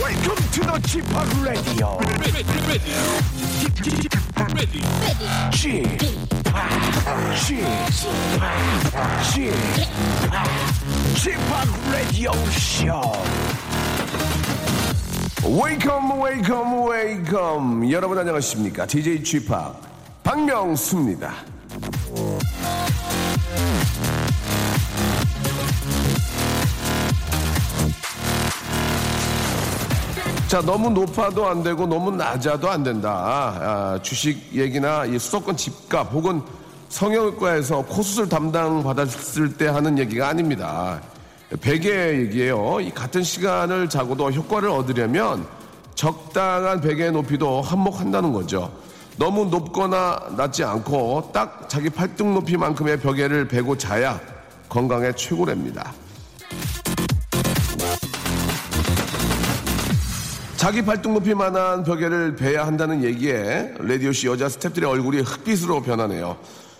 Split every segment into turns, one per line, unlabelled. Welcome to the Chip Radio. Chip, Chip, Chip Radio Show. Welcome, welcome, welcome. 여러분 안녕하십니까? DJ Chip 박명수입니다. 자, 너무 높아도 안 되고 너무 낮아도 안 된다. 아, 주식 얘기나 이 수도권 집값 혹은 성형외과에서 코수술 담당 받았을 때 하는 얘기가 아닙니다. 베개 얘기예요. 이 같은 시간을 자고도 효과를 얻으려면 적당한 베개의 높이도 한몫한다는 거죠. 너무 높거나 낮지 않고 딱 자기 팔뚝 높이만큼의 베개를 베고 자야 건강에 최고랍니다. 자기 발등 높이만한 벽에를 베야 한다는 얘기에 레디오씨 여자 스탭들의 얼굴이 흑빛으로 변하네요.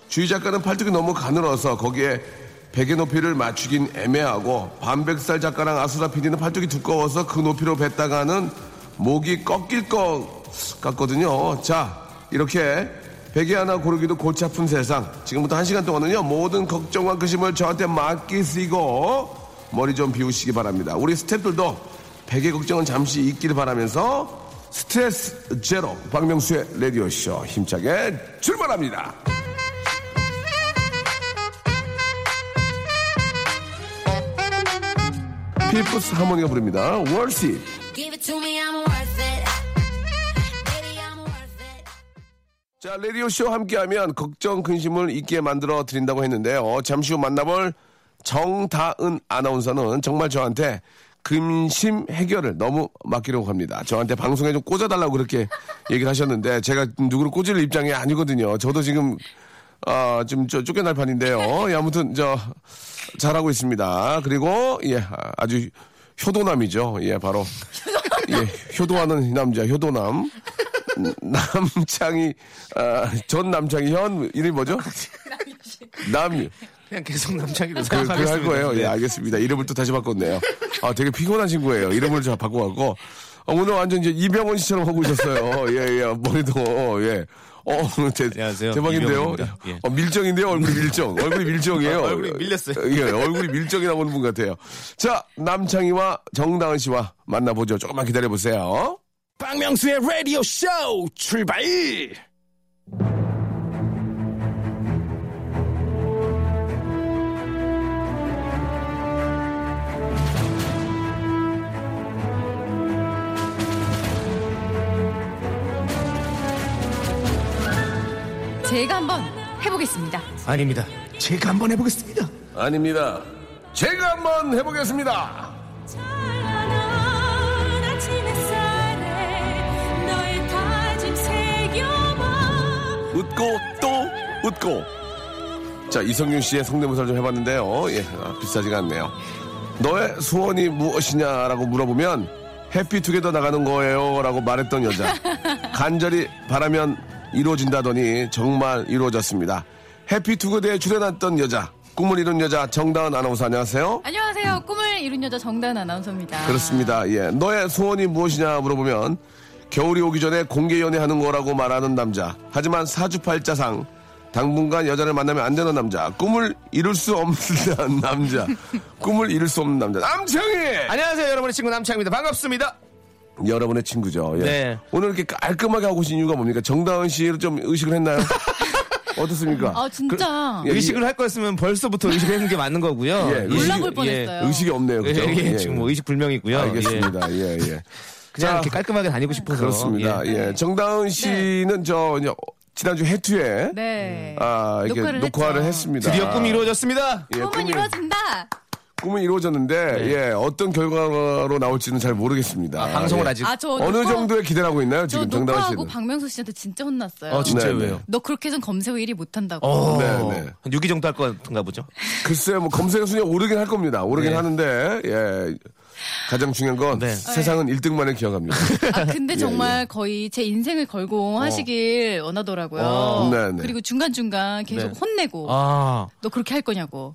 주희 작가는 팔뚝이 너무 가늘어서 거기에 베개 높이를 맞추긴 애매하고 반백살 작가랑 아수라 PD는 팔뚝이 두꺼워서 그 높이로 뱉다가는 목이 꺾일 것 같거든요. 자, 이렇게 베개 하나 고르기도 골치 아픈 세상. 지금부터 한 시간 동안은요, 모든 걱정과 그 근심을 저한테 맡기시고 머리 좀 비우시기 바랍니다. 우리 스탭들도 베개 걱정은 잠시 잊기를 바라면서 스트레스 제로 박명수의 라디오쇼 힘차게 출발합니다. 필프스 하모니가 부릅니다. 월시
Give it to me, I'm worth it. Baby, I'm worth it.
자, 라디오쇼 함께하면 걱정, 근심을 잊게 만들어 드린다고 했는데요. 잠시 후 만나볼 정다은 아나운서는 정말 저한테 근심 해결을 너무 맡기려고 합니다. 저한테 방송에 좀 꽂아달라고 그렇게 얘기를 하셨는데 제가 누구를 꽂을 입장이 아니거든요. 저도 지금 아, 지금 저 쫓겨날 판인데요. 예, 아무튼 저 잘하고 있습니다. 그리고 예, 아주 효도남이죠. 예, 바로 예, 효도하는 남자, 효도남. 남창이 아, 전 남창이 현 이름이 뭐죠? 남
그냥 계속 남창이로
그, 그
생각하겠습니다.
할 거예요.
네.
예, 알겠습니다. 이름을 또 다시 바꿨네요. 아, 되게 피곤한 친구예요. 이름을 잘 바꿔갖고. 아, 오늘 완전 이제 이병헌 씨처럼 하고 오셨어요. 예, 예, 머리도, 예. 어, 대,
안녕하세요.
대박인데요.
이병헌입니다. 예.
어, 밀정인데요. 얼굴이 밀정. 얼굴이 밀정이에요.
얼굴이 밀렸어요.
예, 얼굴이 밀정이라고 하는 분 같아요. 자, 남창희와 정다은 씨와 만나보죠. 조금만 기다려보세요.
박명수의 라디오 쇼 출발!
제가 한번 해보겠습니다.
아닙니다. 제가 한번 해보겠습니다.
아닙니다. 제가 한번 해보겠습니다.
찬란한 아침 햇살에 너의 다짐 새겨봐.
웃고 또 웃고. 자 이성균 씨의 성대모사를 좀 해봤는데요. 예, 아, 비싸지가 않네요. 너의 소원이 무엇이냐라고 물어보면 해피투게더 나가는 거예요라고 말했던 여자. 간절히 바라면 이루어진다더니 정말 이루어졌습니다. 해피투게더에 출연했던 여자, 꿈을 이룬 여자 정다은 아나운서 안녕하세요.
안녕하세요. 꿈을 이룬 여자 정다은 아나운서입니다.
그렇습니다. 예. 너의 소원이 무엇이냐 물어보면 겨울이 오기 전에 공개 연애하는 거라고 말하는 남자. 하지만 사주팔자상 당분간 여자를 만나면 안 되는 남자. 꿈을 이룰 수 없는 남자. 꿈을 이룰 수 없는 남자. 남창희!
안녕하세요, 여러분의 친구 남창입니다. 반갑습니다.
여러분의 친구죠. 예.
네.
오늘 이렇게 깔끔하게 하고 오신 이유가 뭡니까? 정다은 씨를 좀 의식을 했나요? 어떻습니까?
아 진짜.
예, 이-
의식을 할 거였으면 벌써부터 의식했는 게 맞는 거고요.
예,
예,
올라볼
예,
뻔했어요.
의식이 없네요. 그죠?
예, 예, 지금 뭐 의식 불명이고요. 예,
알겠습니다. 예, 예.
그냥 이렇게 깔끔하게 다니고 싶어서.
그렇습니다.
예.
예. 정다은 씨는 저 이제 지난주 해투에
네.
아, 이렇게 녹화를,
했죠.
했습니다.
드디어 꿈이 이루어졌습니다.
예,
꿈은
꿈이,
이루어진다.
꿈은 이루어졌는데 예, 어떤 결과로 나올지는 잘 모르겠습니다.
네. 아, 방송을
예.
아직.
아, 저
어느
녹화-
정도의 기대를 하고 있나요?
저
지금 정다은
녹화하고
씨는.
박명수 씨한테 진짜 혼났어요.
어, 진짜요?
네, 네.
왜요?
너 그렇게 해선 검색어 1위 못한다고.
어,
네, 네.
한 6위 정도 할 건가 보죠.
글쎄요, 뭐 검색 순위 오르긴 할 겁니다. 오르긴
네.
하는데 예. 가장 중요한 건
네.
세상은 1등만을 기억합니다.
아,
예,
근데 정말 거의 제 인생을 걸고 하시길 원하더라고요.
어.
어. 네, 네.
그리고 중간중간 계속
네.
혼내고
아,
너 그렇게 할 거냐고.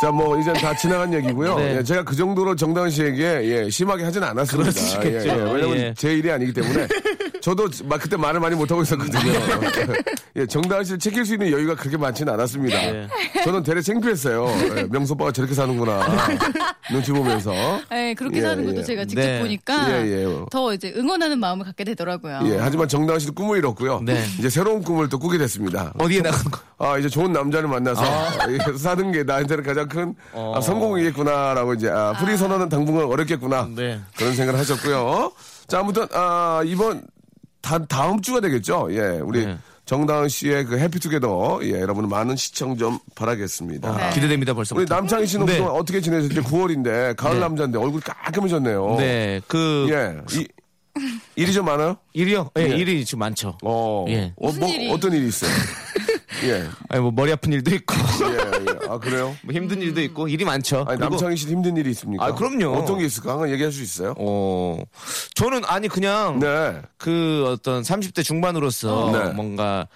자, 뭐 이제 다 지나간 얘기고요.
네.
예, 제가 그 정도로 정다은 씨에게 예, 심하게 하진 않았습니다. 예,
그러시겠죠.
예, 왜냐면
예.
제 일이 아니기 때문에 저도 막 그때 말을 많이 못 하고 있었거든요.
네.
예, 정다은 씨를 챙길 수 있는 여유가 그렇게 많지는 않았습니다.
예.
저는 되레 창피했어요. 예, 명소빠가 저렇게 사는구나 눈치 보면서.
네, 그렇게
예,
사는 것도
예.
제가 직접
네.
보니까
예, 예.
더 이제 응원하는 마음을 갖게 되더라고요.
예, 하지만 정다은 씨도 꿈을 이뤘고요.
네.
이제 새로운 꿈을 또 꾸게 됐습니다.
어디에 나가는 거?
아, 이제 좋은 남자를 만나서 예, 사는 게 나한테는 가장 큰
아. 어.
아, 성공이겠구나라고 이제 아, 프리 선언은 당분간 어렵겠구나
네.
그런 생각을 하셨고요. 자, 아무튼 아, 이번 다, 다음 주가 되겠죠. 예, 우리
네.
정다은 씨의 그 해피투게더 예, 여러분 많은 시청 좀 바라겠습니다.
네.
아, 기대됩니다, 벌써.
우리 남창희 씨는
네.
그동안 어떻게 지내셨는지 9월인데 가을
네.
남자인데 얼굴 깔끔해졌네요.
네, 그
어. 예, 이, 일이 좀 많아요?
일이요. 예,
예.
일이 지금 많죠.
어,
예.
어,
무슨
뭐,
일이?
어떤 일이 있어요? 예.
아니 뭐 머리 아픈 일도 있고
예, 예. 아 그래요?
뭐
음.
힘든 일도 있고 일이 많죠.
아니,
그리고
남창희 씨도 힘든 일이 있습니까?
아, 그럼요.
어떤 게 있을까? 한번 얘기할 수 있어요?
어 저는 아니 그냥
네.
그 어떤 30대 중반으로서
네. 어. 예.
뭔가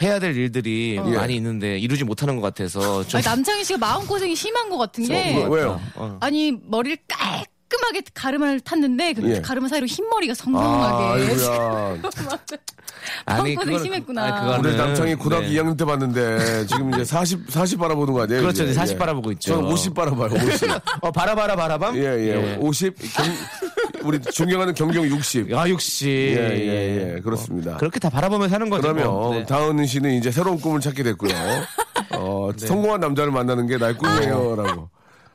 해야 될 일들이 많이 있는데 이루지 못하는 것 같아서 좀
아니, 남창희 씨가 마음고생이 심한 것 같은 게
뭐, 왜요?
아니 머리를 깔끔하게 가르마를 탔는데 그
예.
가르마 사이로 흰머리가
아,
성공하게
아이고야.
마음고생이 심했구나.
그거는-
우리 남창희 고등학교
네.
2학년 때 봤는데 지금 이제 40, 40 바라보는 거 아니에요?
그렇죠.
이제? 예.
40 바라보고 있죠.
저는 50 바라봐요. 50.
어 바라바라 바라밤
예, 예. 50. 경- 우리 존경하는 경경 60.
아 역시
예, 예, 예. 그렇습니다.
그렇게 다 바라보면서 사는 거죠.
그러면
뭐. 네.
다은 씨는 이제 새로운 꿈을 찾게 됐고요. 어, 성공한 남자를 만나는 게 나의 꿈이에요라고.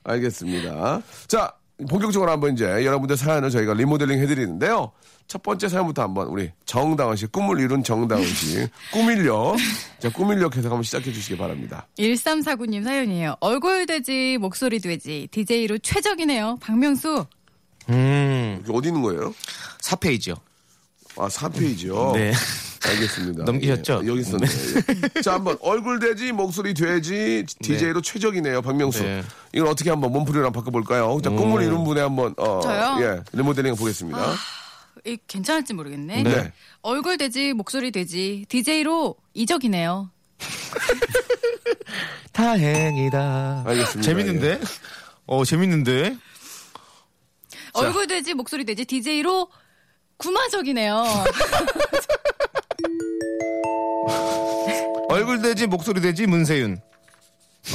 알겠습니다. 자, 본격적으로 한번 이제 여러분들 사연을 저희가 리모델링 해드리는데요. 첫 번째 사연부터 한번 우리 정다은 씨, 꿈을 이룬 정다은 씨, 꾸밀려. 자, 꾸밀려 계속 한번 시작해 주시기 바랍니다.
1349님 사연이에요. 얼굴 돼지, 목소리 돼지, DJ로 최적이네요. 박명수.
음
이게 어디 있는 거예요?
4페이지요.
아, 4페이지요.
네.
알겠습니다.
넘기셨죠?
예, 여기 있었네요. 예. 자, 한번 얼굴 돼지, 목소리 돼지, DJ로 최적이네요, 박명수.
네. 음.
이걸 어떻게 한번 몸풀이랑 바꿔볼까요? 자, 꿈을 이룬 분의 한번 어,
저요? 아.
예, 리모델링 보겠습니다.
이, 괜찮을지 모르겠네.
네.
얼굴 돼지, 목소리 돼지, DJ로 이적이네요.
다행이다.
알겠습니다. 예.
재밌는데? 어 재밌는데?
얼굴 돼지, 목소리 돼지, DJ로 구마적이네요.
얼굴 되지 목소리 되지 문세윤.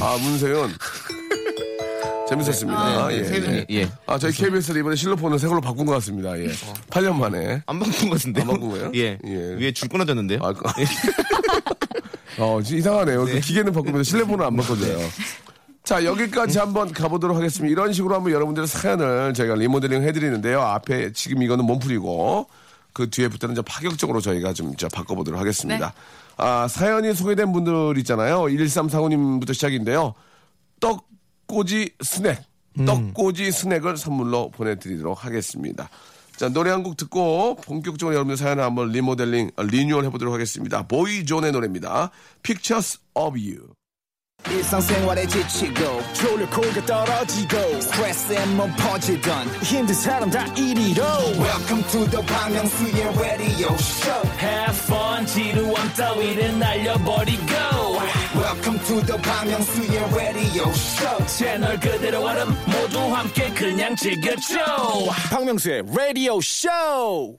아, 문세윤. 재밌었습니다.
네, 네,
예,
세윤이.
예.
예. 어.
아, 저희 KBS를 이번에 실로폰을 새 걸로 바꾼 것 같습니다. 예. 8년 만에.
안 바꾼 것 같은데.
안 바꾼 거예요?
예.
예.
위에 줄 끊어졌는데요. 예,
아, 그- 어, 진짜 이상하네요. 그 기계는 바꾸면서 실내폰은 안 바꿔줘요.
네.
자,
음.
여기까지 한번 가보도록 하겠습니다. 이런 식으로 한번 여러분들의 사연을 저희가 리모델링 해드리는데요. 앞에 지금 이거는 몸풀이고, 그 뒤에부터는 좀 파격적으로 저희가 좀 저 바꿔보도록
네.
하겠습니다. 아, 사연이 소개된 분들 있잖아요. 1345님부터 시작인데요. 떡꼬지 스낵.
음.
떡꼬지 스낵을 선물로 보내드리도록 하겠습니다. 자, 노래 한 곡 듣고 본격적으로 여러분들 사연을 한번 리모델링, 아, 리뉴얼 해보도록 하겠습니다. 보이존의 노래입니다. Pictures of You.
일상생활에 지치고, 졸려 코가 떨어지고, 스트레스에 몸 퍼지던, 힘든 사람 다 이리로. welcome to the Bang Myung-soo's radio show
Have fun 지루한 따위를 날려버리고
welcome to the Bang Myung-soo's radio show
채널 그대로 와름 모두 함께 그냥 즐겨줘
박명수의 radio show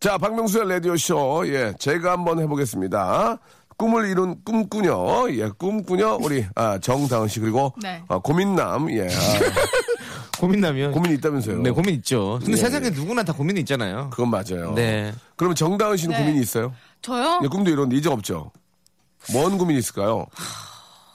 자, 박명수의 라디오쇼. 예, 제가 한번 해보겠습니다. 꿈을 이룬 꿈꾸녀, 예, 꿈꾸녀, 우리, 아, 정다은 씨, 그리고,
네.
아, 고민남, 예, 아,
고민나면.
고민이 있다면서요. 예,
네, 고민 있죠. 근데 세상에 누구나 다 고민이 있잖아요.
그건 맞아요.
네.
그러면 정다은 씨는
네.
고민이 있어요?
저요?
예, 꿈도 이런데 이제 없죠. 뭔 고민이 있을까요?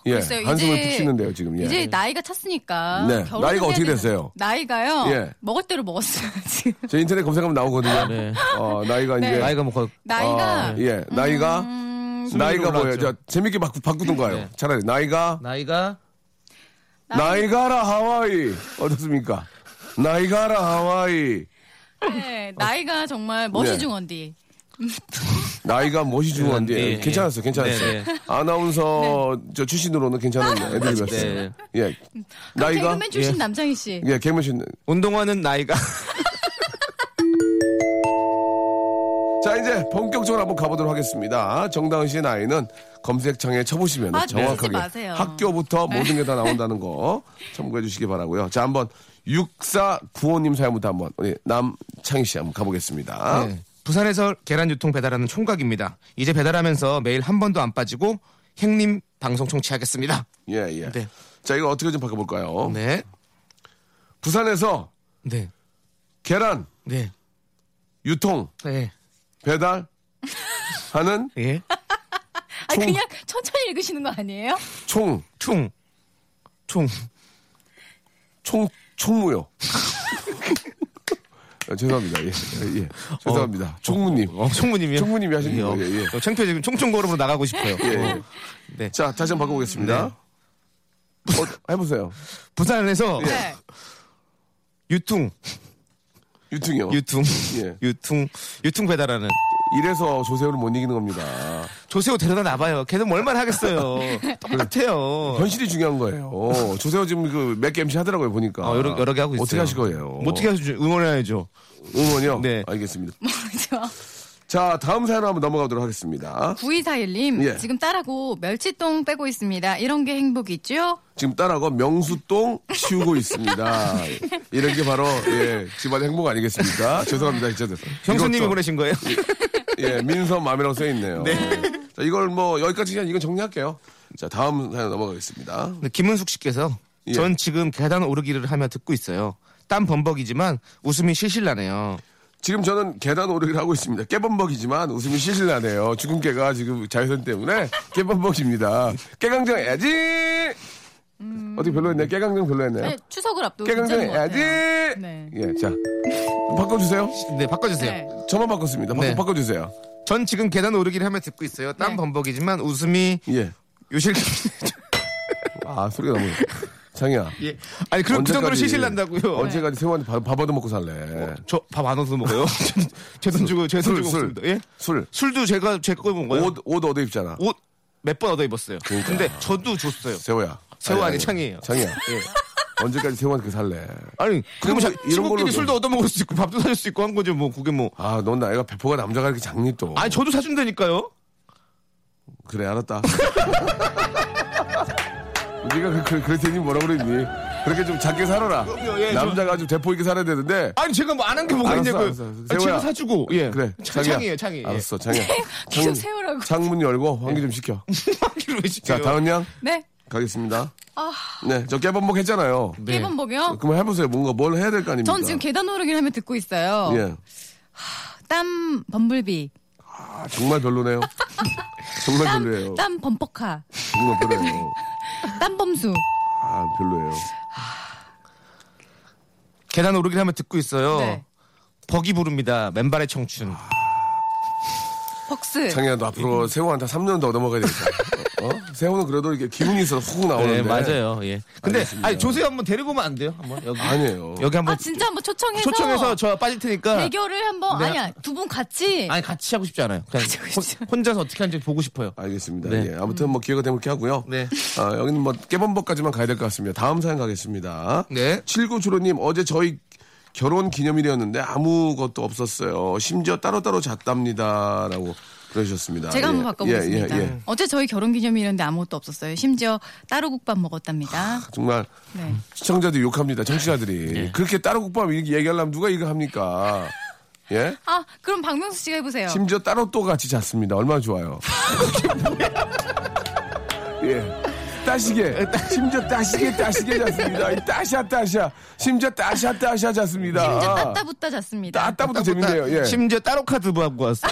예,
글쎄요, 이제-
한숨을 푹 쉬는데요, 지금. 예.
이제 나이가 찼으니까.
네,
결혼을
나이가
해야
어떻게
되는-
됐어요?
나이가요?
예. 아,
먹을 대로 먹었어요, 지금.
제 인터넷 검색하면 나오거든요.
네.
어, 나이가
네.
이제.
나이가 뭐 거의
예.
나이가
어, 예, 나이가
음,
나이가
올랐죠.
뭐예요? 자, 재밌게 바꾸, 바꾸던가요?
네.
차라리 나이가
나이가
나이가라 하와이 어떻습니까? 나이가라 하와이
네, 나이가 정말 멋이
네.
중 언디.
나이가 멋이 중요한데
네, 네.
괜찮았어 괜찮았어
네, 네.
아나운서
네.
저 출신으로는 괜찮았네 애드립이었어
네.
예 나이가
개그맨 출신 남창희 씨.
예 개무신
운동화는 나이가
자 이제 본격적으로 한번 가보도록 하겠습니다 정다은 씨의 나이는 검색창에 쳐보시면
아,
정확하게
치지 마세요. 네.
학교부터 모든 게 다 나온다는 거 참고해 주시기 바라고요 자 한번 6495님 사연부터 한번 우리 남창희 씨 한번 가보겠습니다
네. 부산에서 계란 유통 배달하는 총각입니다. 이제 배달하면서 매일 한 번도 안 빠지고 행님 방송 청취하겠습니다.
예예
네.
자 이거 어떻게 좀 바꿔볼까요
네.
부산에서
네.
계란
네.
유통
네.
배달 하는
예.
아 그냥 천천히 읽으시는 거 아니에요?
총,
총. 총.
총, 총무요. 어, 죄송합니다. 예, 예, 예. 죄송합니다. 총무님.
어, 총무님이요?
총무님이 하시는 거예요, 예.
어, 창피해 지금 총총걸음으로 나가고 싶어요.
예,
어.
예.
네.
자, 다시 한번 바꿔보겠습니다. 어, 해보세요.
부산에서
예.
네.
유통,
유통이요.
유통,
예.
유통, 유통 배달하는
이래서 조세호를 못 이기는 겁니다.
조세호 데려다 놔봐요. 걔는 뭐 얼마나 하겠어요. 똑같아요.
현실이 중요한 거예요. 어, 조세호 지금 그몇개 MC 하더라고요, 보니까.
어, 여러, 여러 개 하고 있어요.
아, 어떻게 하실 거예요?
뭐 어떻게 하시죠? 응원해야죠.
응원이요?
네.
알겠습니다.
뭐죠?
자, 다음 사연 한번 넘어가도록 하겠습니다.
9241님,
예.
지금 딸하고 멸치똥 빼고 있습니다. 이런 게 행복이죠?
지금 딸하고 명수똥 치우고 있습니다. 이런 게 바로 예, 집안의 행복 아니겠습니까? 죄송합니다, 진짜.
형수님이
이것도,
보내신 거예요?
예, 민서 맘이라고 써 있네요. 예. 자, 이걸 뭐 여기까지 그냥 이건 정리할게요. 자, 다음 사연 넘어가겠습니다.
근데 김은숙 씨께서
예.
전 지금 계단 오르기를 하며 듣고 있어요. 땀 범벅이지만 웃음이 실실 나네요.
지금 저는 계단 오르기를 하고 있습니다. 깨범벅이지만 웃음이 실실 나네요. 죽은 깨가 지금 자외선 때문에 깨범벅입니다. 깨강정 해야지. 어떻게 별로였네? 깨강정 별로였네요.
음. 네, 추석을 앞두고
예. 깨강정
괜찮은 것
해야지.
같아요. 네.
예, 자 바꿔주세요.
네, 바꿔주세요.
네.
저만 바꿨습니다. 바꿔,
네.
바꿔주세요.
전 지금 계단 오르기를 하며 듣고 있어요. 땀
네.
범벅이지만 웃음이
예.
요실.
아, 소리가 너무. 장이야.
예. 아니 그럼 그 정도로 실실 난다고요. 네.
네.
뭐.
언제까지 세호한테 밥, 밥 얻어 먹고 살래?
저 밥 안 얻어서 먹어요. 제 돈 주고 제
술,
돈 주고
술.
먹습니다. 예?
술.
술도 제가 제 거 먹어요.
옷, 그러니까. 옷 얻어 입잖아.
옷 몇 번 얻어 입었어요. 근데 저도 줬어요.
세호야.
세호 예. 아니, 창이에요.
창이야. 언제까지 세호한테 그 살래?
아니
그럼
그럼 자,
뭐 이런 걸로도-
친구끼리 술도 얻어 먹을 수 있고 밥도 사줄 수 있고 한 거죠. 뭐 그게 뭐.
아, 넌 나이가 배포가 남자가 이렇게 작니 또.
아니 저도 사준다니까요.
그래, 알았다. 네가 그, 그, 그럴 테니 뭐라 그랬니? 그렇게 좀 작게 살아라.
그럼요, 예, 저-
남자가 좀 대포 있게 살아야 되는데.
아니 제가 뭐 안 한 게 뭐가
알았어,
있냐고요.
알았어, 알았어.
아니,
세호야.
제가 사주고 예.
그래,
창,
창이야.
창이에요, 창이. 예.
알았어, 창이야.
계속 세우라고.
창문 열고 환기 좀 시켜. 자,
하기로 예. 해주세요.
다은 양
네.
가겠습니다.
아.
네, 저 깨범벅 했잖아요.
네.
일본 복이요?
어, 그럼 해보세요. 뭔가 뭘 해야 될 거 아닙니까?
어. 전 지금 계단 오르기를 하며 듣고 있어요.
예.
땀 범블비,
아, 정말 별로네요. 정말 별로예요.
땀 범퍼카,
정말 별로예요.
땀 범수.
아, 별로예요.
계단 오르기를 하면 듣고 있어요.
네.
버기 부릅니다. 맨발의 청춘.
아,
벅스.
창희야, 너
음.
앞으로 세호한테 3년 더 얻어먹어야 되겠다. 어? 어? 세호는 그래도 이렇게 기운이 있어서 훅 나오는데.
네, 맞아요. 예. 근데 아니 조세호 한번 데리고 오면 안 돼요? 한번 여기.
아니에요. 뭐.
여기 한번
아 진짜 한번 초청해서
초청해서 저 빠질 테니까.
대결을 한번
네.
아니야 두 분 같이
아니 같이 하고 싶지 않아요. 그냥
같이 하고
혼-
싶지 않아요.
혼자서 어떻게 하는지 보고 싶어요.
알겠습니다.
네.
예, 아무튼 뭐 기회가 되면 이렇게 하고요.
네.
아, 여기는 뭐 깨범벅까지만 가야 될 것 같습니다. 다음 사연 가겠습니다.
네.
79주로님, 어제 저희 결혼 기념일이었는데 아무것도 없었어요. 심지어 따로따로 잤답니다. 라고 그러셨습니다.
제가 한번
예,
바꿔보겠습니다.
예, 예, 예.
어제 저희 결혼기념일이었는데 아무것도 없었어요. 심지어 따로 국밥 먹었답니다.
정말
네.
시청자들이 욕합니다. 청취자들이. 그렇게 따로 국밥 이렇게 얘기하려면 누가 이거 합니까? 예?
아 그럼 박명수 씨가 해보세요.
심지어 따로 또 같이 잤습니다. 얼마나 좋아요. 예. 따시게. 심지어 따시게 따시게 잤습니다. 이 따샤 따샤. 심지어 따샤 따샤
심지어
잤습니다.
따따붙다 잤습니다.
따따부터 재밌네요. 예.
심지어 따로 카드 뭐 하고 왔어요.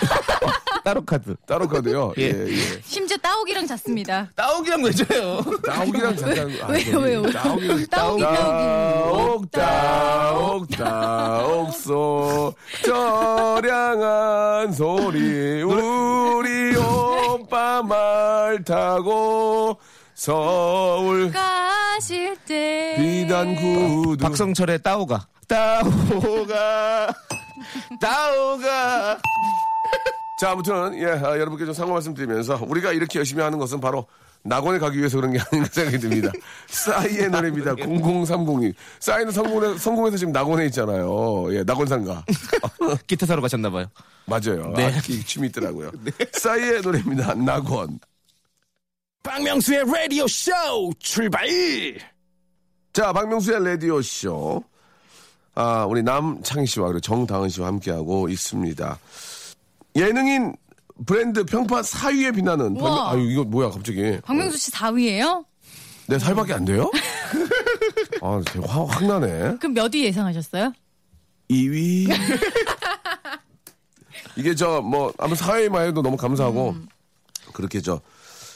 따로 카드.
따로 가도요. 예,
예.
예.
심지어 따오기랑 잤습니다.
따오기랑 왜줘요
따옥이랑 잤다는 거. 아,
왜요 왜요?
따옥이.
따오기 따오기.
따옥 따옥 따옥 소 저량한 소리 우리 오빠 잘 타고 서울
가실 때
비단 구두
박성철의 따오가. 따오가. 따오가.
자, 아무튼, 예, 아, 여러분께 좀 상고 말씀드리면서 우리가 이렇게 열심히 하는 것은 바로 낙원에 가기 위해서 그런 게 아닌가 생각이 듭니다. 싸이의 노래입니다. 00302. 싸이는 성공해, 성공해서 지금 낙원에 있잖아요. 예, 낙원상가.
기타 사러 가셨나봐요.
맞아요.
네.
아, 이 춤이 있더라고요. 싸이의 노래입니다. 낙원.
박명수의 라디오 쇼 출발
자, 박명수의 라디오쇼. 아, 우리 남창희 씨와 그리고 정다은 씨와 함께하고 있습니다. 예능인 브랜드 평판 4위에 빛나는.
우와.
박명- 아유, 이거 뭐야, 갑자기.
박명수 씨 4위예요?
내 살밖에 안 돼요? 아, 되게 화, 확 나네.
그럼 몇 위 예상하셨어요?
2위. 이게 저, 뭐, 아무 사회만 해도 너무 감사하고,
음.
그렇게 저,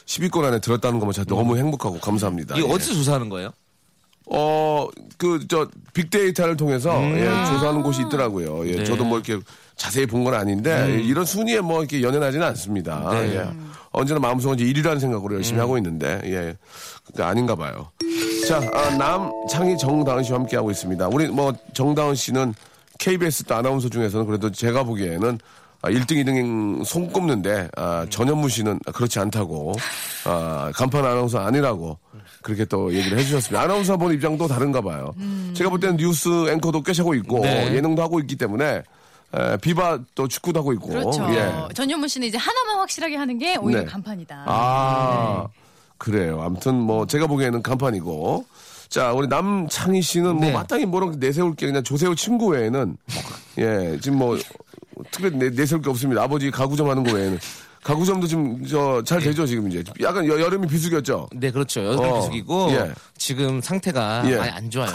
10위권 안에 들었다는 것만 진짜 너무 행복하고 감사합니다.
음. 이거
예.
어디서 조사하는 거예요?
어, 그, 저, 빅데이터를 통해서, 예, 조사하는 곳이 있더라고요. 예, 저도 뭐 이렇게 자세히 본 건 아닌데, 이런 순위에 뭐 이렇게 연연하지는 않습니다. 예. 언제나 마음속은 이제 1위라는 생각으로 열심히 하고 있는데, 예. 그게 아닌가 봐요. 자, 아, 남창희 정다은 씨와 함께하고 있습니다. 우리 뭐, 정다은 씨는 KBS 또 아나운서 중에서는 그래도 제가 보기에는 아, 1등, 2등 손꼽는데, 아, 전현무 씨는 그렇지 않다고, 아, 간판 아나운서 아니라고, 그렇게 또 얘기를 해주셨습니다. 아나운서 본 입장도 다른가 봐요. 제가 볼 때는 뉴스 앵커도 꽤 차고 있고,
네.
예능도 하고 있기 때문에, 에, 비바 또 축구도 하고 있고,
그렇죠.
예.
전현무 씨는 이제 하나만 확실하게 하는 게 오히려
네.
간판이다.
아,
네.
그래요. 아무튼 뭐, 제가 보기에는 간판이고, 자, 우리 남창희 씨는 뭐,
네.
마땅히 뭐라고 내세울 게 그냥 조세호 친구 외에는, 예, 지금 뭐, 특별히 내, 내세울 게 없습니다. 아버지 가구점 하는 거 외에는. 가구점도 지금, 저,
예.
잘 되죠, 지금 이제. 약간 여, 여름이 비수기였죠?
네, 그렇죠. 여덟 개
어,
기숙이고
예.
지금 상태가
예.
아예 안 좋아요.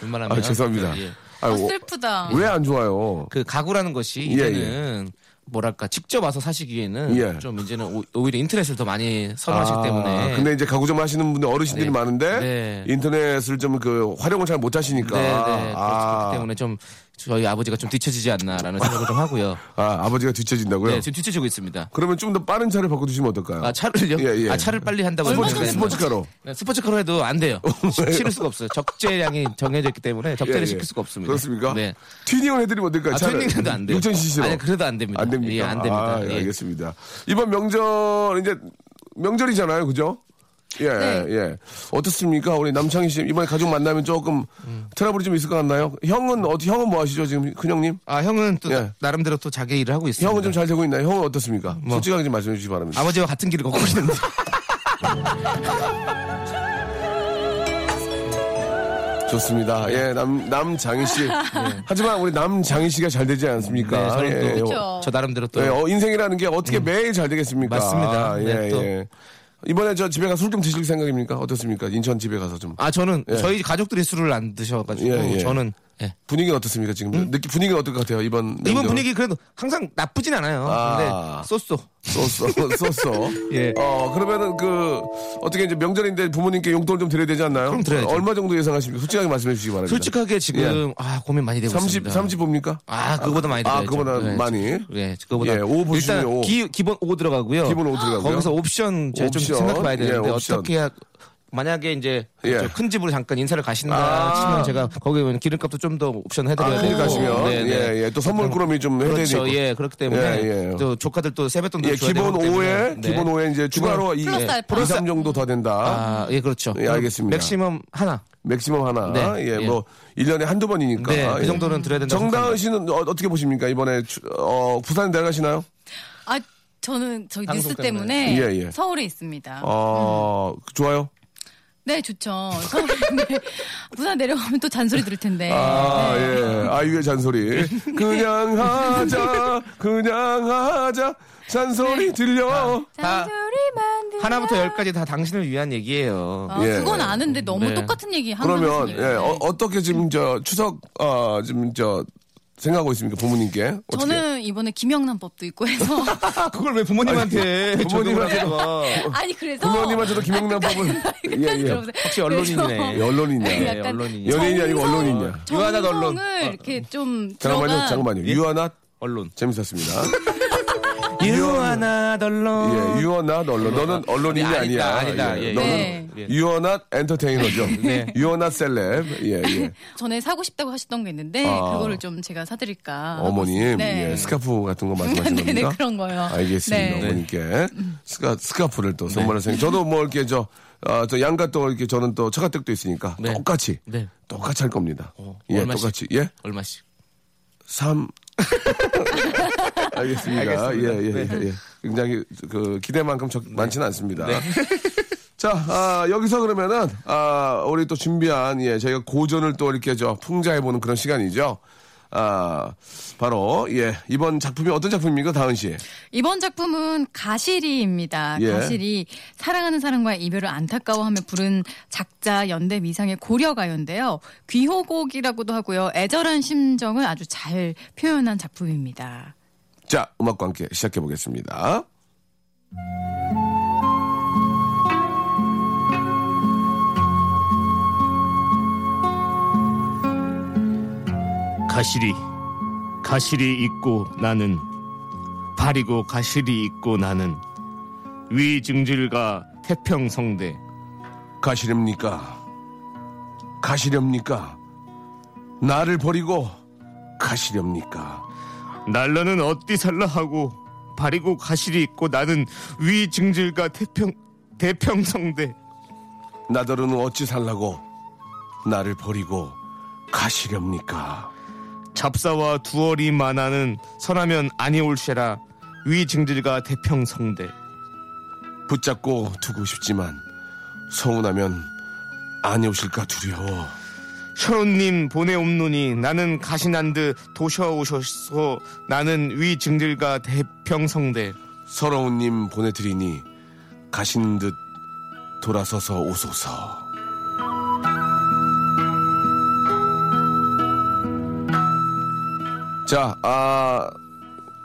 웬만하면.
아, 죄송합니다.
예.
아유,
어, 슬프다.
왜 안 좋아요?
그 가구라는 것이
예,
이제는 뭐랄까 직접 와서 사시기에는
예. 아,
좀 이제는 오- 오히려 인터넷을 더 많이 선호하시기 때문에
근데 이제 가구점 하시는 분들 어르신들이
네.
많은데
네.
인터넷을 좀 그 활용을 잘 못 하시니까
네, 네.
아,
그렇기 때문에 좀 저희 아버지가 좀 뒤처지지 않나라는 생각을 좀 하고요.
아, 아버지가 뒤쳐진다고요?
네, 지금 뒤처지고 있습니다.
그러면 좀 더 빠른 차를 바꿔 주시면 어떨까요?
아 차를요?
예, 예.
아 차를 빨리 한다고
스포츠,
생각을 했는데.
스포츠카로.
네, 스포츠카로 해도 안 돼요. 실을 수가 없어요. 적재량이 정해져 있기 때문에 적재를 시킬 수가 없습니다.
예, 그렇습니까?
네.
튜닝을 해드리면 어떨까요?
아, 튜닝해도 안 돼요.
6,000cc로.
아니, 그래도 안 됩니다.
안 됩니까?
예, 안 됩니다.
아, 예,
예.
알겠습니다. 이번 명절, 이제, 명절이잖아요. 그죠? 예,
네.
예. 어떻습니까? 우리 남창희 씨, 이번에 가족 만나면 조금
음.
트러블이 좀 있을 것 같나요? 형은, 어디, 형은 뭐 하시죠? 지금 큰형님?
아 형은 또
예.
나- 나름대로 또 자기 일을 하고 있습니다.
형은 좀 잘 되고 있나요? 형은 어떻습니까? 솔직하게 좀 말씀해 주시기 바랍니다.
뭐. 아버지와 같은 길을 걷고 있는데.
좋습니다. 예, 남, 남장희 씨. 하지만 우리 남장희 씨가 잘 되지 않습니까?
네, 저는
예,
또
어,
저 나름대로 또
예, 어, 인생이라는 게 어떻게 매일 잘 되겠습니까?
맞습니다.
아, 예,
네, 또.
예. 이번에 저 집에 가서 술 좀 드실 생각입니까? 어떻습니까? 인천 집에 가서 좀.
아 저는 저희 가족들이 술을 안 드셔가지고
예, 예.
저는 예.
분위기는 어떻습니까? 지금 느낌 분위기는 어떨 것 같아요? 이번
음? 이번
명절은?
분위기 그래도 항상 나쁘진 않아요.
아.
근데 쏘쏘.
쏘쏘 쏘쏘.
예.
어 그러면은 그 어떻게 이제 명절인데 부모님께 용돈을 좀 드려야 되지 않나요?
그럼 드려야죠.
얼마 정도 예상하십니까? 솔직하게 말씀해 주시기 바랍니다.
솔직하게 지금
예.
아 고민 많이 되고
30
있습니다.
30 봅니까?
아 그거보다 많이
아,
들어요.
그거보다 많이?
예, 그거보다
예, 오 보시면 오.
일단 기, 기본 5 들어가고요.
기본 오 들어가고요.
거기서 옵션 제가 좀
옵션.
생각해봐야 되는데
예, 옵션.
어떻게 해야 만약에 이제
예.
저큰 집으로 잠깐 인사를 가신다
아.
치면 제가 거기 에 기름값도 좀 더 옵션
아,
해드려야
큰일
되고
가시면
네, 네.
예, 예. 또 선물 꾸러미 좀 해야 되고.
그렇죠. 예, 그렇기 때문에
예, 예.
또 조카들 또 세뱃돈도
예,
줘야
기본
되기 때문에.
5에
네. 그러니까
기본 5에 이제 추가로 이
플러스 알파.
2, 3 정도 더 된다.
아, 예, 그렇죠.
예, 알겠습니다.
맥시멈 하나.
맥시멈 하나.
네,
예,
예.
뭐 1년에 한두 번이니까.
네, 그
예.
정도는 드려야 된다.
정다은 씨는 어, 떻게 보십니까? 이번에 추- 어, 부산 내려가시나요?
아, 저는 저기 뉴스
방송
때문에,
때문에. 예, 예.
서울에 있습니다.
어,
음.
좋아요.
네, 좋죠. 서울인데 부산 내려가면 또 잔소리 들을 텐데. 네.
아, 예. 아이유의 잔소리. 그냥 하자. 그냥 하자. 잔소리 들려.
다
잔소리만 들려.
하나부터 열까지 다 당신을 위한 얘기예요.
아,
예.
그건 아는데 너무
네.
똑같은 얘기 하는
그러면
거지.
예, 어, 떻게 지금 저 추석 어, 지금 저 생각하고 있습니까? 부모님께? 어떻게?
저는 이번에 김영란법도 있고 해서
아, 그걸 왜 부모님한테 뭐
부모님한테
아니 그래서
부모님한테도 김영란 법을 예, 예.
혹시 언론인이네.
예, 언론이냐?
네,
약간
언론인.
연예인이 아니고
정성-
언론인이냐?
유아나 언론.
정성을 이렇게 좀
잠깐만요,
예.
들어간
잠깐만요. 유아나
언론.
재밌었습니다.
유한 아덜러.
아. 예, 유어나 언론. 너는 언론인이 아니야.
아니다, 아니다.
예,
예, 네.
너는
네.
유어나 엔터테이너죠. 유어나 셀렙. 예, 예.
전에 사고 싶다고 하셨던 게 있는데
아.
그거를 좀 제가 사드릴까. 하고
어머님,
네.
예, 스카프 같은 거 말씀하시는 겁니까?
네네 그런 거요.
알겠습니다.
네.
어머님께 스카, 스카프를
네.
또 선물을 생. 저도 뭐 이렇게 저, 아, 저 양가 또 이렇게 저는 또 처가댁도 있으니까
네.
똑같이.
네.
똑같이 할 겁니다.
어,
예,
얼마씩?
똑같이. 예?
얼마씩?
3. 알겠습니다.
알겠습니다. 네.
예, 예, 예, 예. 굉장히 그 기대만큼 적, 많지는 않습니다.
네.
자, 아, 여기서 그러면은, 아, 우리 또 준비한, 예, 저희가 고전을 또 이렇게 저 풍자해보는 그런 시간이죠. 아, 바로, 예, 이번 작품이 어떤 작품입니까, 다은 씨?
이번 작품은 가시리입니다.
예.
가시리 사랑하는 사람과 이별을 안타까워하며 부른 작자 연대 미상의 고려 가요인데요. 귀호곡이라고도 하고요. 애절한 심정을 아주 잘 표현한 작품입니다.
자, 음악과 함께 시작해보겠습니다.
가시리 가시리 있고 나는 발이고 가시리 있고 나는 위증질과 태평성대
가시렵니까? 가시렵니까? 나를 버리고 가시렵니까?
날라는 어디 살라 하고 발이고 가시리 있고 나는 위증질과 태평 대평성대
나더러는 어찌 살라고 나를 버리고 가시렵니까?
잡사와 두어리 만하는 선하면 아니올세라 위증질과 대평성대
붙잡고 두고 싶지만 서운하면 안 오실까 두려워.
셔론님 보내옵노니 나는 가시난 듯 도셔오셔서 나는 위증질과 대평성대
서러운님 보내드리니 가신 듯 돌아서서 오소서. 자, 아,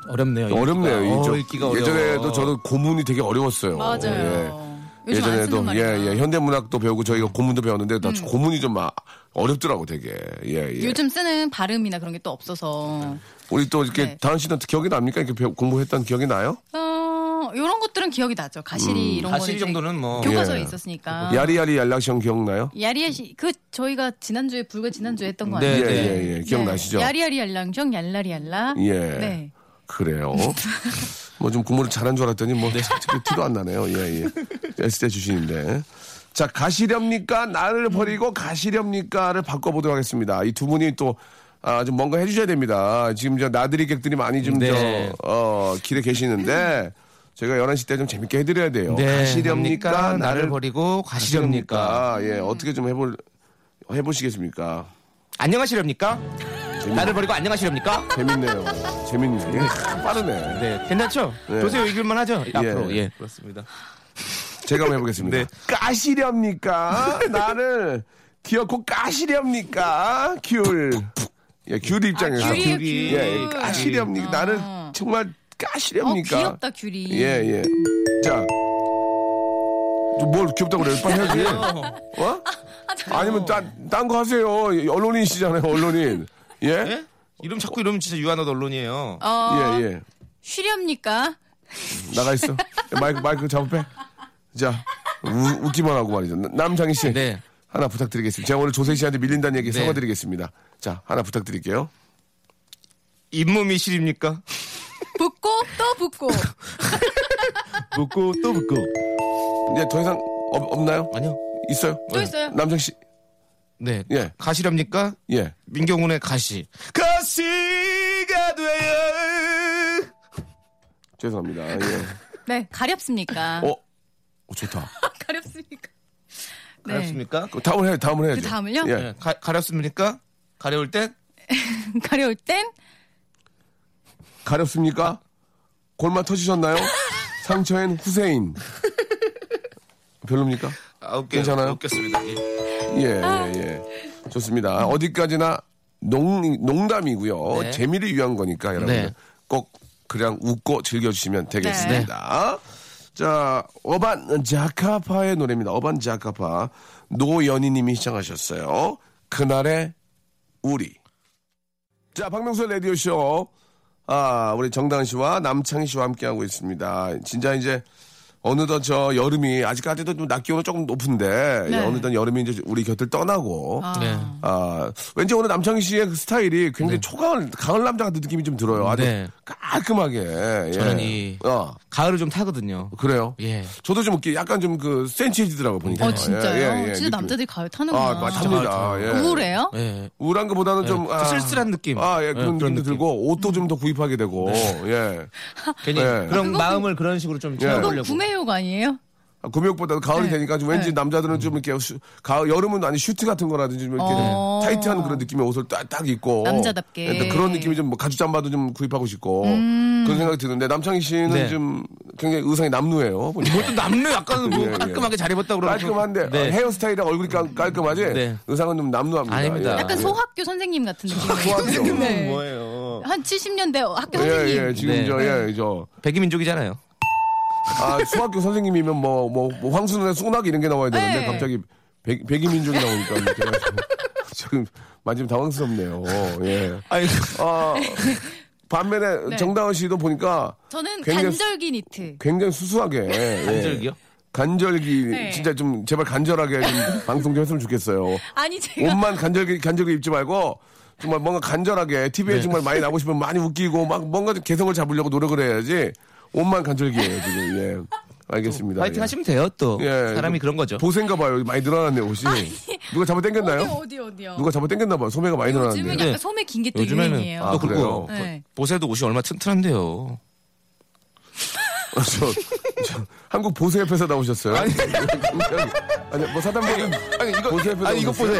어렵네요.
어렵네요.
읽기가.
이쪽.
어, 읽기가 어려워.
예전에도 저는 고문이 되게 어려웠어요. 예.
맞아요. 요즘 안 쓰는
예전에도
말이다. 음.
예, 예, 현대문학도 배우고 저희가 고문도 배웠는데 나 고문이 좀 아, 어렵더라고 되게 예, 네. 예.
요즘 쓰는 발음이나 그런 게 또 없어서
우리 또 이렇게
네.
다은 씨는 기억이 납니까 이렇게 배- 공부했던 기억이 나요?
어, 이런 것들은 기억이 나죠. 가시리 이런
가시리
거는 이제
정도는 뭐.
교과서에
음. 예.
있었으니까.
야리야리 얄락션 기억나요?
야리야 씨그 저희가 지난주에 불과 지난주에 했던 거
네,
예예
아니에요?
네.
예, 예. 기억나시죠?
네. 야리야리 얄랑정 얄라리얄라.
예.
네.
그래요. 뭐 좀 공부를 잘한 줄 알았더니 뭐
네.
특히 티도 안 나네요. 예, 예. S대 주신인데. 자, 가시렵니까? 나를 버리고 가시렵니까?를 바꿔보도록 하겠습니다. 이 두 분이 또 아, 좀 뭔가 해주셔야 됩니다. 지금 저 나들이 객들이 많이 좀,
네.
저, 어, 길에 계시는데, 제가 11시 때 좀 재밌게 해드려야 돼요.
네.
가시렵니까?
합니까? 나를 버리고 가시렵니까?
가시렵니까? 예, 어떻게 좀 해볼, 해보시겠습니까?
안녕하시렵니까? 나를 버리고 안녕하시렵니까?
재밌네요. 재밌네. 이게 빠르네.
네, 괜찮죠?
네.
도저히 이길만 하죠? 앞으로,
예.
예. 그렇습니다.
제가 한번 해보겠습니다.
네.
까시렵니까? 나를 귀엽고 까시렵니까? 귤. 예, 귤 입장에서.
아, 귤이에요, 아.
귤이.
예, 예, 까시렵니까? 나를 정말
어
까시렵니까?
귀엽다 귤이.
예, 예. 자. 저뭘 귀엽다고 그래요? 빨리 해야지.
아,
어? 아니면 딴, 딴 거 하세요. 언론인이시잖아요, 언론인. 예?
예? 이름 자꾸 이러면 진짜 유한어도 언론이에요.
네? 어,
예, 예.
쉬렵니까?
나가 있어. 마이크, 마이크 잡아빼. 자, 우- 웃기만 하고 말이죠. 나- 남창희 씨.
네.
하나 부탁드리겠습니다. 제가 오늘 조세 씨한테 밀린다는 얘기
네.
사과드리겠습니다. 자, 하나 부탁드릴게요.
잇몸이 시립니까?
붓고 또 붓고.
붓고 또 붓고.
이제 더 이상 없, 없나요?
아니요.
있어요?
또 있어요?
남창희 씨.
네.
예.
가시렵니까?
예.
민경훈의 가시. 가시가 돼요.
죄송합니다. 예.
네 가렵습니까?
어? 어, 좋다.
가렵습니까? 네.
가렵습니까?
그 다음을 해, 다음을 해야죠.
그 다음을요?
예.
네. 가, 가렵습니까? 가려울 땐?
가려울 땐
가렵습니까? 골마 터지셨나요? 상처엔 후세인. 별로입니까?
아, 웃겨,
괜찮아요?
웃겼습니다. 예.
예, 예, 예. 좋습니다. 어디까지나 농, 농담이고요.
네.
재미를 위한 거니까 여러분
네.
들꼭 그냥 웃고 즐겨주시면 되겠습니다. 자, 어반 자카파의 노래입니다. 어반 자카파. 노연희님이 시청하셨어요. 그날의 우리. 자, 박명수의 라디오쇼. 아, 우리 정당 씨와 남창희 씨와 함께하고 있습니다. 진짜 이제 어느덧 저 여름이 아직까지도 좀 낮 기온은 조금 높은데
네.
어느덧 여름이 이제 우리 곁을 떠나고 아,
네.
왠지 오늘 남창희 씨의 그 스타일이
네.
굉장히 초가을 가을 남자 같은 느낌이 좀 들어요. 아주
네.
깔끔하게. 예.
저는 이-
어,
가을을 좀 타거든요.
그래요.
예.
저도 좀 이렇게 약간 좀 그 센치해지더라고 보니까.
어 진짜요?
예, 예, 예. 느낌.
진짜 남자들이 가을 타는구나.
아, 맞습니다. 예.
우울해요?
예.
우울한 것보다는 좀
좀
아,
쓸쓸한 느낌.
아, 예, 그런
예,
느낌도 들고 옷도 좀 더 구입하게 되고.
네.
예.
괜히
예.
그런
그거
마음을 그런 식으로 좀
그건
채워보려고.
구매욕 아니에요?
아, 구매욕보다도 가을이
네.
되니까 좀 왠지
네.
남자들은 좀 이렇게 슈- 가을 여름은 아니 슈트 같은 거라든지 좀 이렇게
어.
타이트한 그런 느낌의 옷을 딱, 딱 입고
남자답게.
예, 그런 느낌이 좀뭐 가죽 잠바도 좀 구입하고 싶고
음.
그런 생각이 드는데 남창희 씨는
네.
좀 굉장히 의상이 남루해요. 보니까.
뭘또 남녀 약간 뭐
예, 예.
깔끔하게 잘 입었다 그러고
깔끔한데
네.
어, 헤어스타일이랑 얼굴이 깔, 깔끔하지
네.
의상은 좀 남루합니다.
아닙니다.
예.
약간 소학교 선생님 같은 느낌.
소학교.
네.
뭐예요?
한 70년대 학교
예,
선생님.
예, 지금
네.
저, 예, 저,
백이민족이잖아요.
아, 수학교 선생님이면 뭐, 뭐, 뭐 황순우나 소나기 이런 게 나와야 되는데
네.
갑자기 백, 백이민족이 나오니까 이렇게 해가지고 지금 많이 좀 당황스럽네요. 예.
아니
아, 반면에
네.
정다은 씨도 보니까
저는
굉장히-
간절기 니트.
굉장히 수수하게 예.
간절기요?
간절기
네.
진짜 좀 제발 간절하게 좀 방송 좀 했으면 좋겠어요.
아니 제가
옷만 간절기 간절기 입지 말고 정말 뭔가 간절하게 TV에
네.
정말 많이 나오고 싶으면 많이 웃기고 막 뭔가 좀 개성을 잡으려고 노력을 해야지 옷만 간절기예요 지금 예 알겠습니다.
파이팅
예.
하시면 돼요 또
예,
어, 사람이
좀
그런 거죠.
보생가 봐요 많이 늘어났네 옷이 누가 잡아 당겼나요?
네, 어디 어디 어디요?
누가 잡아 당겼나 봐요 소매가 많이
요즘은
늘어났네.
약간
네.
소매 긴 게 또
요즘에는
유행이에요.
아,
또 그리고
그래요?
네.
보세도 옷이 얼마 튼튼한데요.
저, 저 한국 보세 옆에서 나오셨어요? 아니, 뭐 사단법인 아니 이거 보세 옆에서
아니, 이거
나오셨어요?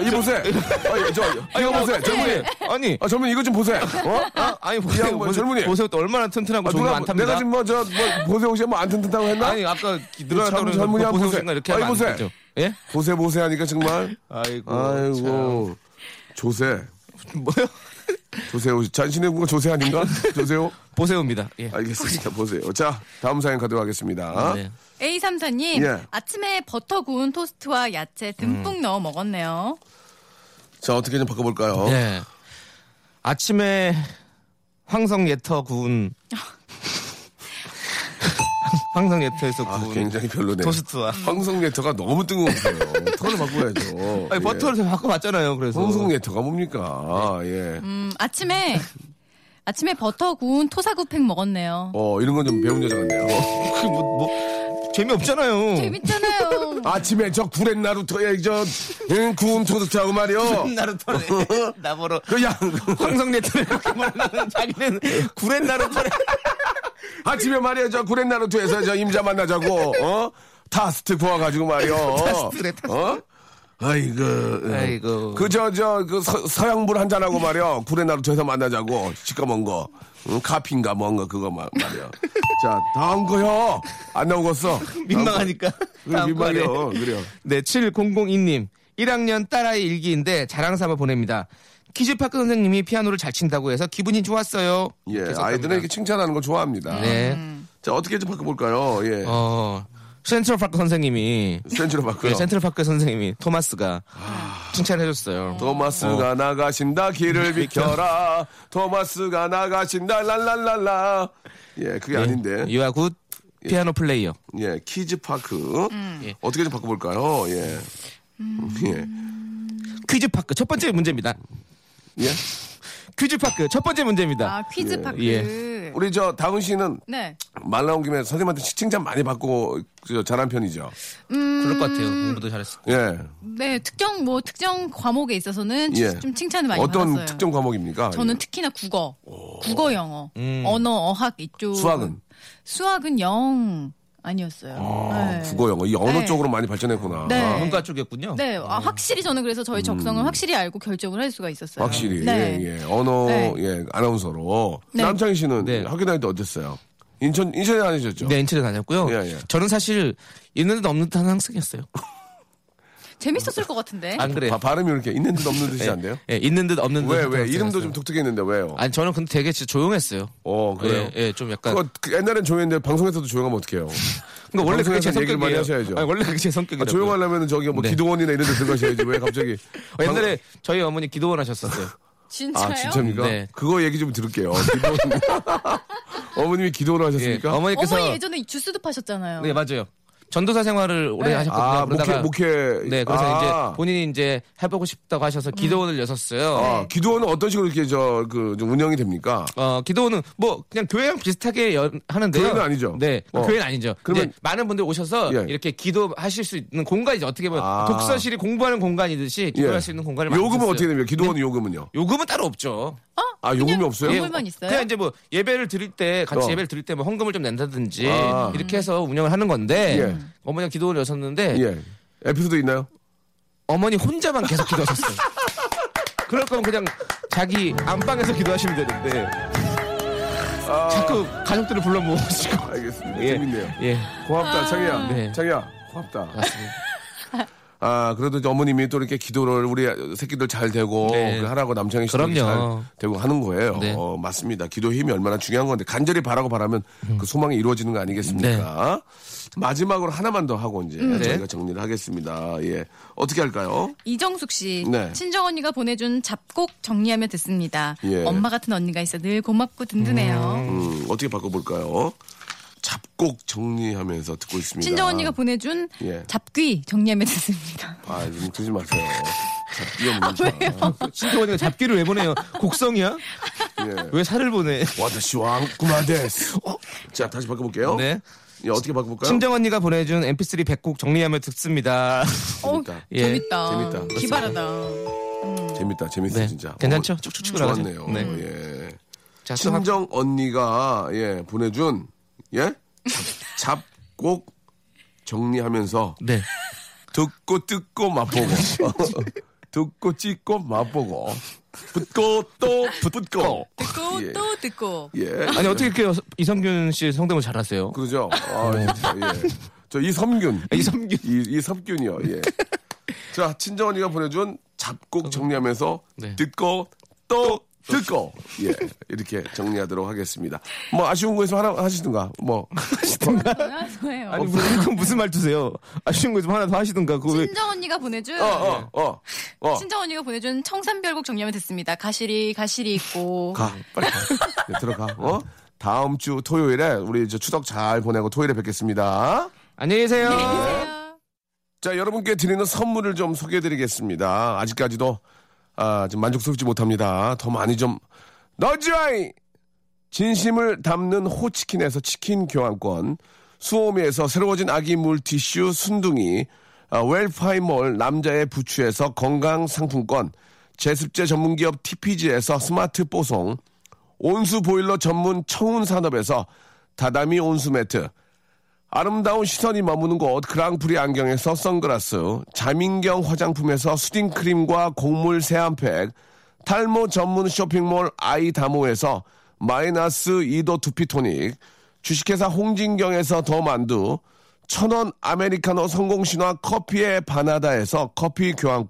이, 이, 이 보세. 아, 저 아, 이거 보세. 젊은이.
아니
아, 젊은이 이거 좀 보세. 어?
아, 아니
이
보세요.
양반,
보세요.
젊은이.
보세요. 또 얼마나 튼튼하고
아,
좋은 거
누가
많답니다.
내가 지금 뭐저뭐 보세 옷이 뭐안 튼튼하다고 했나?
아니 아까 늘어났다
젊-
그러는
젊은이 한번
보세요.
보세요.
생각 이렇게
아이,
하면 안
보세요.
되죠. 예?
보세 보세 하니까 정말
아이고.
아이고 조세
참. 뭐요?
조세호 자신의 뭔가 조세 아닌가? 조세호
보세요입니다. 예.
알겠습니다. 보세요. 자 다음 사연 가도록 하겠습니다.
네.
A34님,
예.
아침에 버터 구운 토스트와 야채
음.
듬뿍 넣어 먹었네요.
자 어떻게 좀 바꿔볼까요?
예. 아침에 황성 예터 구운 황성 예터에서
아,
구운
굉장히 별로네요.
토스트와
황성 예터가 너무 뜬금없어요. 턴을 바꿔야죠.
아니, 버터를 다 바꿔봤잖아요. 그래서
황성 예터가 뭡니까? 예.
음, 아침에, 아침에 버터 구운 토사구팽 먹었네요.
어, 이런 건 좀 배운 여자 같네요.
그게 뭐, 뭐 재미없잖아요.
재밌잖아요.
아침에 저 구렛 나루터에 저 응, 구운 토스트하고 말이요.
나루터네 나보러
그 양,
황성 예터를 이렇게 말하는 자기는 구렛 나루터를
아침에 말이야 저 구렛 나루터에서 저 임자 만나자고 어 타스트 구워가지고 말이요.
타스트래, 타스트.
어? 아이고.
아이고.
그저 저그 서양물 한잔 하고 말이야 구렛 나루터에서 만나자고 시꺼먼 거 응, 카피인가 뭔가 그거 마- 말이야. 자 다음 거요. 안 나오겠어.
민망하니까
그래,
다음 거래.
민망해요. 어, 그래요.
네, 7002님. 1학년 딸아이 일기인데 자랑 삼아 보냅니다. 키즈파크 선생님이 피아노를 잘 친다고 해서 기분이 좋았어요.
예,
계속
아이들은 이렇게
갑니다.
칭찬하는 걸 좋아합니다.
네.
자, 어떻게 좀 바꿔볼까요? 예.
어, 센트럴파크 선생님이
센치로
그
바꿔요.
센트럴파크 선생님이 토마스가 칭찬해
네.
줬어요.
토마스가 나가신다, 길을 비켜라. 토마스가 나가신다, 랄랄랄라. 예, 그게 아닌데.
유아 굿 피아노 플레이어.
예, 키즈파크.
음.
어떻게 좀 바꿔볼까요? 예.
음.
퀴즈파크 첫 번째 문제입니다.
예. 예.
퀴즈파크 첫 번째 문제입니다.
아, 퀴즈파크.
예.
우리 저, 다은 씨는
네.
말 나온 김에 선생님한테 칭찬 많이 받고 저, 잘한 편이죠.
그럴 것 같아요. 공부도 잘했어.
예.
네, 특정, 뭐, 특정 과목에 있어서는
예.
좀 칭찬을 많이
어떤
받았어요.
특정 과목입니까?
저는 특히나 국어, 국어 영어, 언어, 어학 이쪽.
음. 수학은?
수학은 영 아니었어요. 네.
예. 국어, 영어. 이 언어
네.
쪽으로 많이 발전했구나.
네.
문과 쪽이었군요.
네, 아, 확실히 저는 그래서 저의 적성을 확실히 알고 결정을 할 수가
음.
있었어요.
확실히
네.
예, 예. 언어
네.
예 아나운서로
네.
남창희 씨는
네.
학교 다닐 때 어땠어요? 인천 인천에 다니셨죠?
네, 인천에 다녔고요.
예, 예.
저는 사실 있는 듯 없는 듯한 학생이었어요.
재밌었을 것 같은데.
안 그래요?
바- 발음이 이렇게 있는 듯 없는 듯이 안 돼요?
예, 있는 듯 없는 듯.
왜 왜
같은
이름도
학생이었어요.
좀 독특했는데 왜요?
아니 저는 근데 되게 진짜 조용했어요.
어 그래요?
예, 예, 좀 약간.
그거 그 옛날엔 조용했는데 방송에서도 조용하면 어떡해요?
그러니까 원래 그게
방송에서
제
얘기를
성격이에요.
많이 하셔야죠.
아니, 원래 그러니까 그게 제
아,
성격이에요.
조용하려면 저기 뭐
네.
기도원이나 이런 데 들어가셔야지 왜 갑자기
옛날에 저희 어머니 기도원 하셨었어요.
진짜요?
아, 진짜입니까?
네.
그거 얘기 좀 들을게요. 기도는. 어머님이 기도를 하셨습니까?
어머니께서
어머니 예전에 주스도 파셨잖아요.
네 맞아요. 전도사 생활을 오래
네.
하셨거든요.
아, 목회,
그러다가
목회.
네 그래서
아.
이제 본인이 이제 해보고 싶다고 하셔서
음.
기도원을 여셨어요.
아, 기도원은 어떤 식으로 이렇게 저, 그, 좀 운영이 됩니까?
어 기도는 뭐 그냥 교회랑 비슷하게 연- 하는데요.
교회는 아니죠?
네,
어.
교회는 아니죠.
그러면-
그러면 많은 분들 오셔서
예.
이렇게 기도하실 수 있는 공간이 죠 어떻게 보면
아.
독서실이 공부하는 공간이듯이 기도할 수 있는 공간을
예. 요금은
만들었어요. 네.
어떻게 됩니까? 기도원 요금은요?
요금은 따로 없죠.
아, 요금이 없어요?
예. 요금만 있어요?
그냥 이제 뭐 예배를 드릴 때 같이
어.
예배를 드릴 때 뭐 헌금을 좀 낸다든지
아.
이렇게 해서 운영을 하는 건데
예.
어머니가 기도를 여셨는데
예. 에피소드 있나요?
어머니 혼자만 계속 기도하셨어요. 그럴 거면 그냥 자기 아, 안방에서 기도하시면 되는데 자꾸 그 가족들을 불러 모으시고
알겠습니다.
예.
재밌네요.
예.
고맙다, 창희야.
네.
창희야, 고맙다. 아, 그래도 이제 어머님이 또 이렇게 기도를 우리 새끼들 잘 되고
네.
그 하라고 남창희 씨도
그럼요.
이렇게 잘 되고 하는 거예요.
네.
어, 맞습니다. 기도 힘이 얼마나 중요한 건데 간절히 바라고 바라면
음.
그 소망이 이루어지는 거 아니겠습니까? 마지막으로 하나만 더 하고 이제 저희가
네.
정리를 하겠습니다. 예. 어떻게 할까요?
이정숙 씨,
네.
친정 언니가 보내준 잡곡 정리하며 듣습니다.
예.
엄마 같은 언니가 있어 늘 고맙고 든든해요.
음, 어떻게 바꿔볼까요? 잡곡 정리하면서 듣고 있습니다.
친정 언니가 보내준
아. 예.
잡귀 정리하며 듣습니다.
아, 좀 드지 마세요.
아,
잡귀가 뭔지.
어,
친구가 잡기를 왜 보내요? 곡성이야?
예.
왜 살을 보내?
와다시와 꾸마데스. 어? 자, 다시 바꿔볼게요.
네.
예, 어떻게 바꿔볼까요?
친정 언니가 보내준 MP3 100곡 정리하며 듣습니다.
어,
그러니까. 재밌다.
예.
재밌다.
재밌다.
기발하다.
재밌다, 재밌어,
네.
진짜.
괜찮죠?
어,
쭉쭉쭉 나가죠.
좋았네요.
네.
예.
자, 또 학-
친정 언니가, 예, 보내준, 예? 잡, 잡곡 정리하면서
네.
듣고 뜯고 맛보고. 듣고 찍고 맛보고. 붙고 또 붙고.
듣고
예.
또 듣고.
예.
아니 어떻게 이렇게 여- 이성균 씨 성대모 잘하세요?
그러죠? 아, 진짜, 예. 저 아, 이섬균.
이성균.
이, 이섭균이요, 예. 자, 친정언니가 보내준 잡곡 정리하면서
네.
듣고 또 듣고, 예. 이렇게 정리하도록 하겠습니다. 뭐, 아쉬운 거에서 하나 하시든가, 뭐.
아, 좋아요.
어,
아니 무슨 그건 무슨 말투세요? 아쉬운 거 좀 하나 더 하시든가 그거 왜?
친정 언니가 보내준
어, 어, 어, 어.
친정 언니가 보내준 청산별곡 정리하며 듣습니다. 가시리 가시리 있고.
가, 빨리 가. 예, 들어가, 어? 다음 주 토요일에 우리 저 추석 잘 보내고 토요일에 뵙겠습니다.
안녕히 계세요.
자, 여러분께 드리는 선물을 좀 소개해 드리겠습니다. 아직까지도 아, 좀 만족스럽지 못합니다. 더 많이 좀 너지와이 진심을 담는 호치킨에서 치킨 교환권, 수오미에서 새로워진 아기 물티슈 순둥이, 아, 웰파이몰 남자의 부추에서 건강 상품권, 제습제 전문기업 TPG에서 스마트 뽀송, 온수 보일러 전문 청운 산업에서 다다미 온수 매트, 아름다운 시선이 머무는 곳 그랑프리 안경에서 선글라스 자민경 화장품에서 수딩크림과 곡물 세안팩 탈모 전문 쇼핑몰 아이다모에서 마이너스 2도 두피토닉 주식회사 홍진경에서 더만두 천원 아메리카노 성공신화 커피의 바나다에서 커피 교환권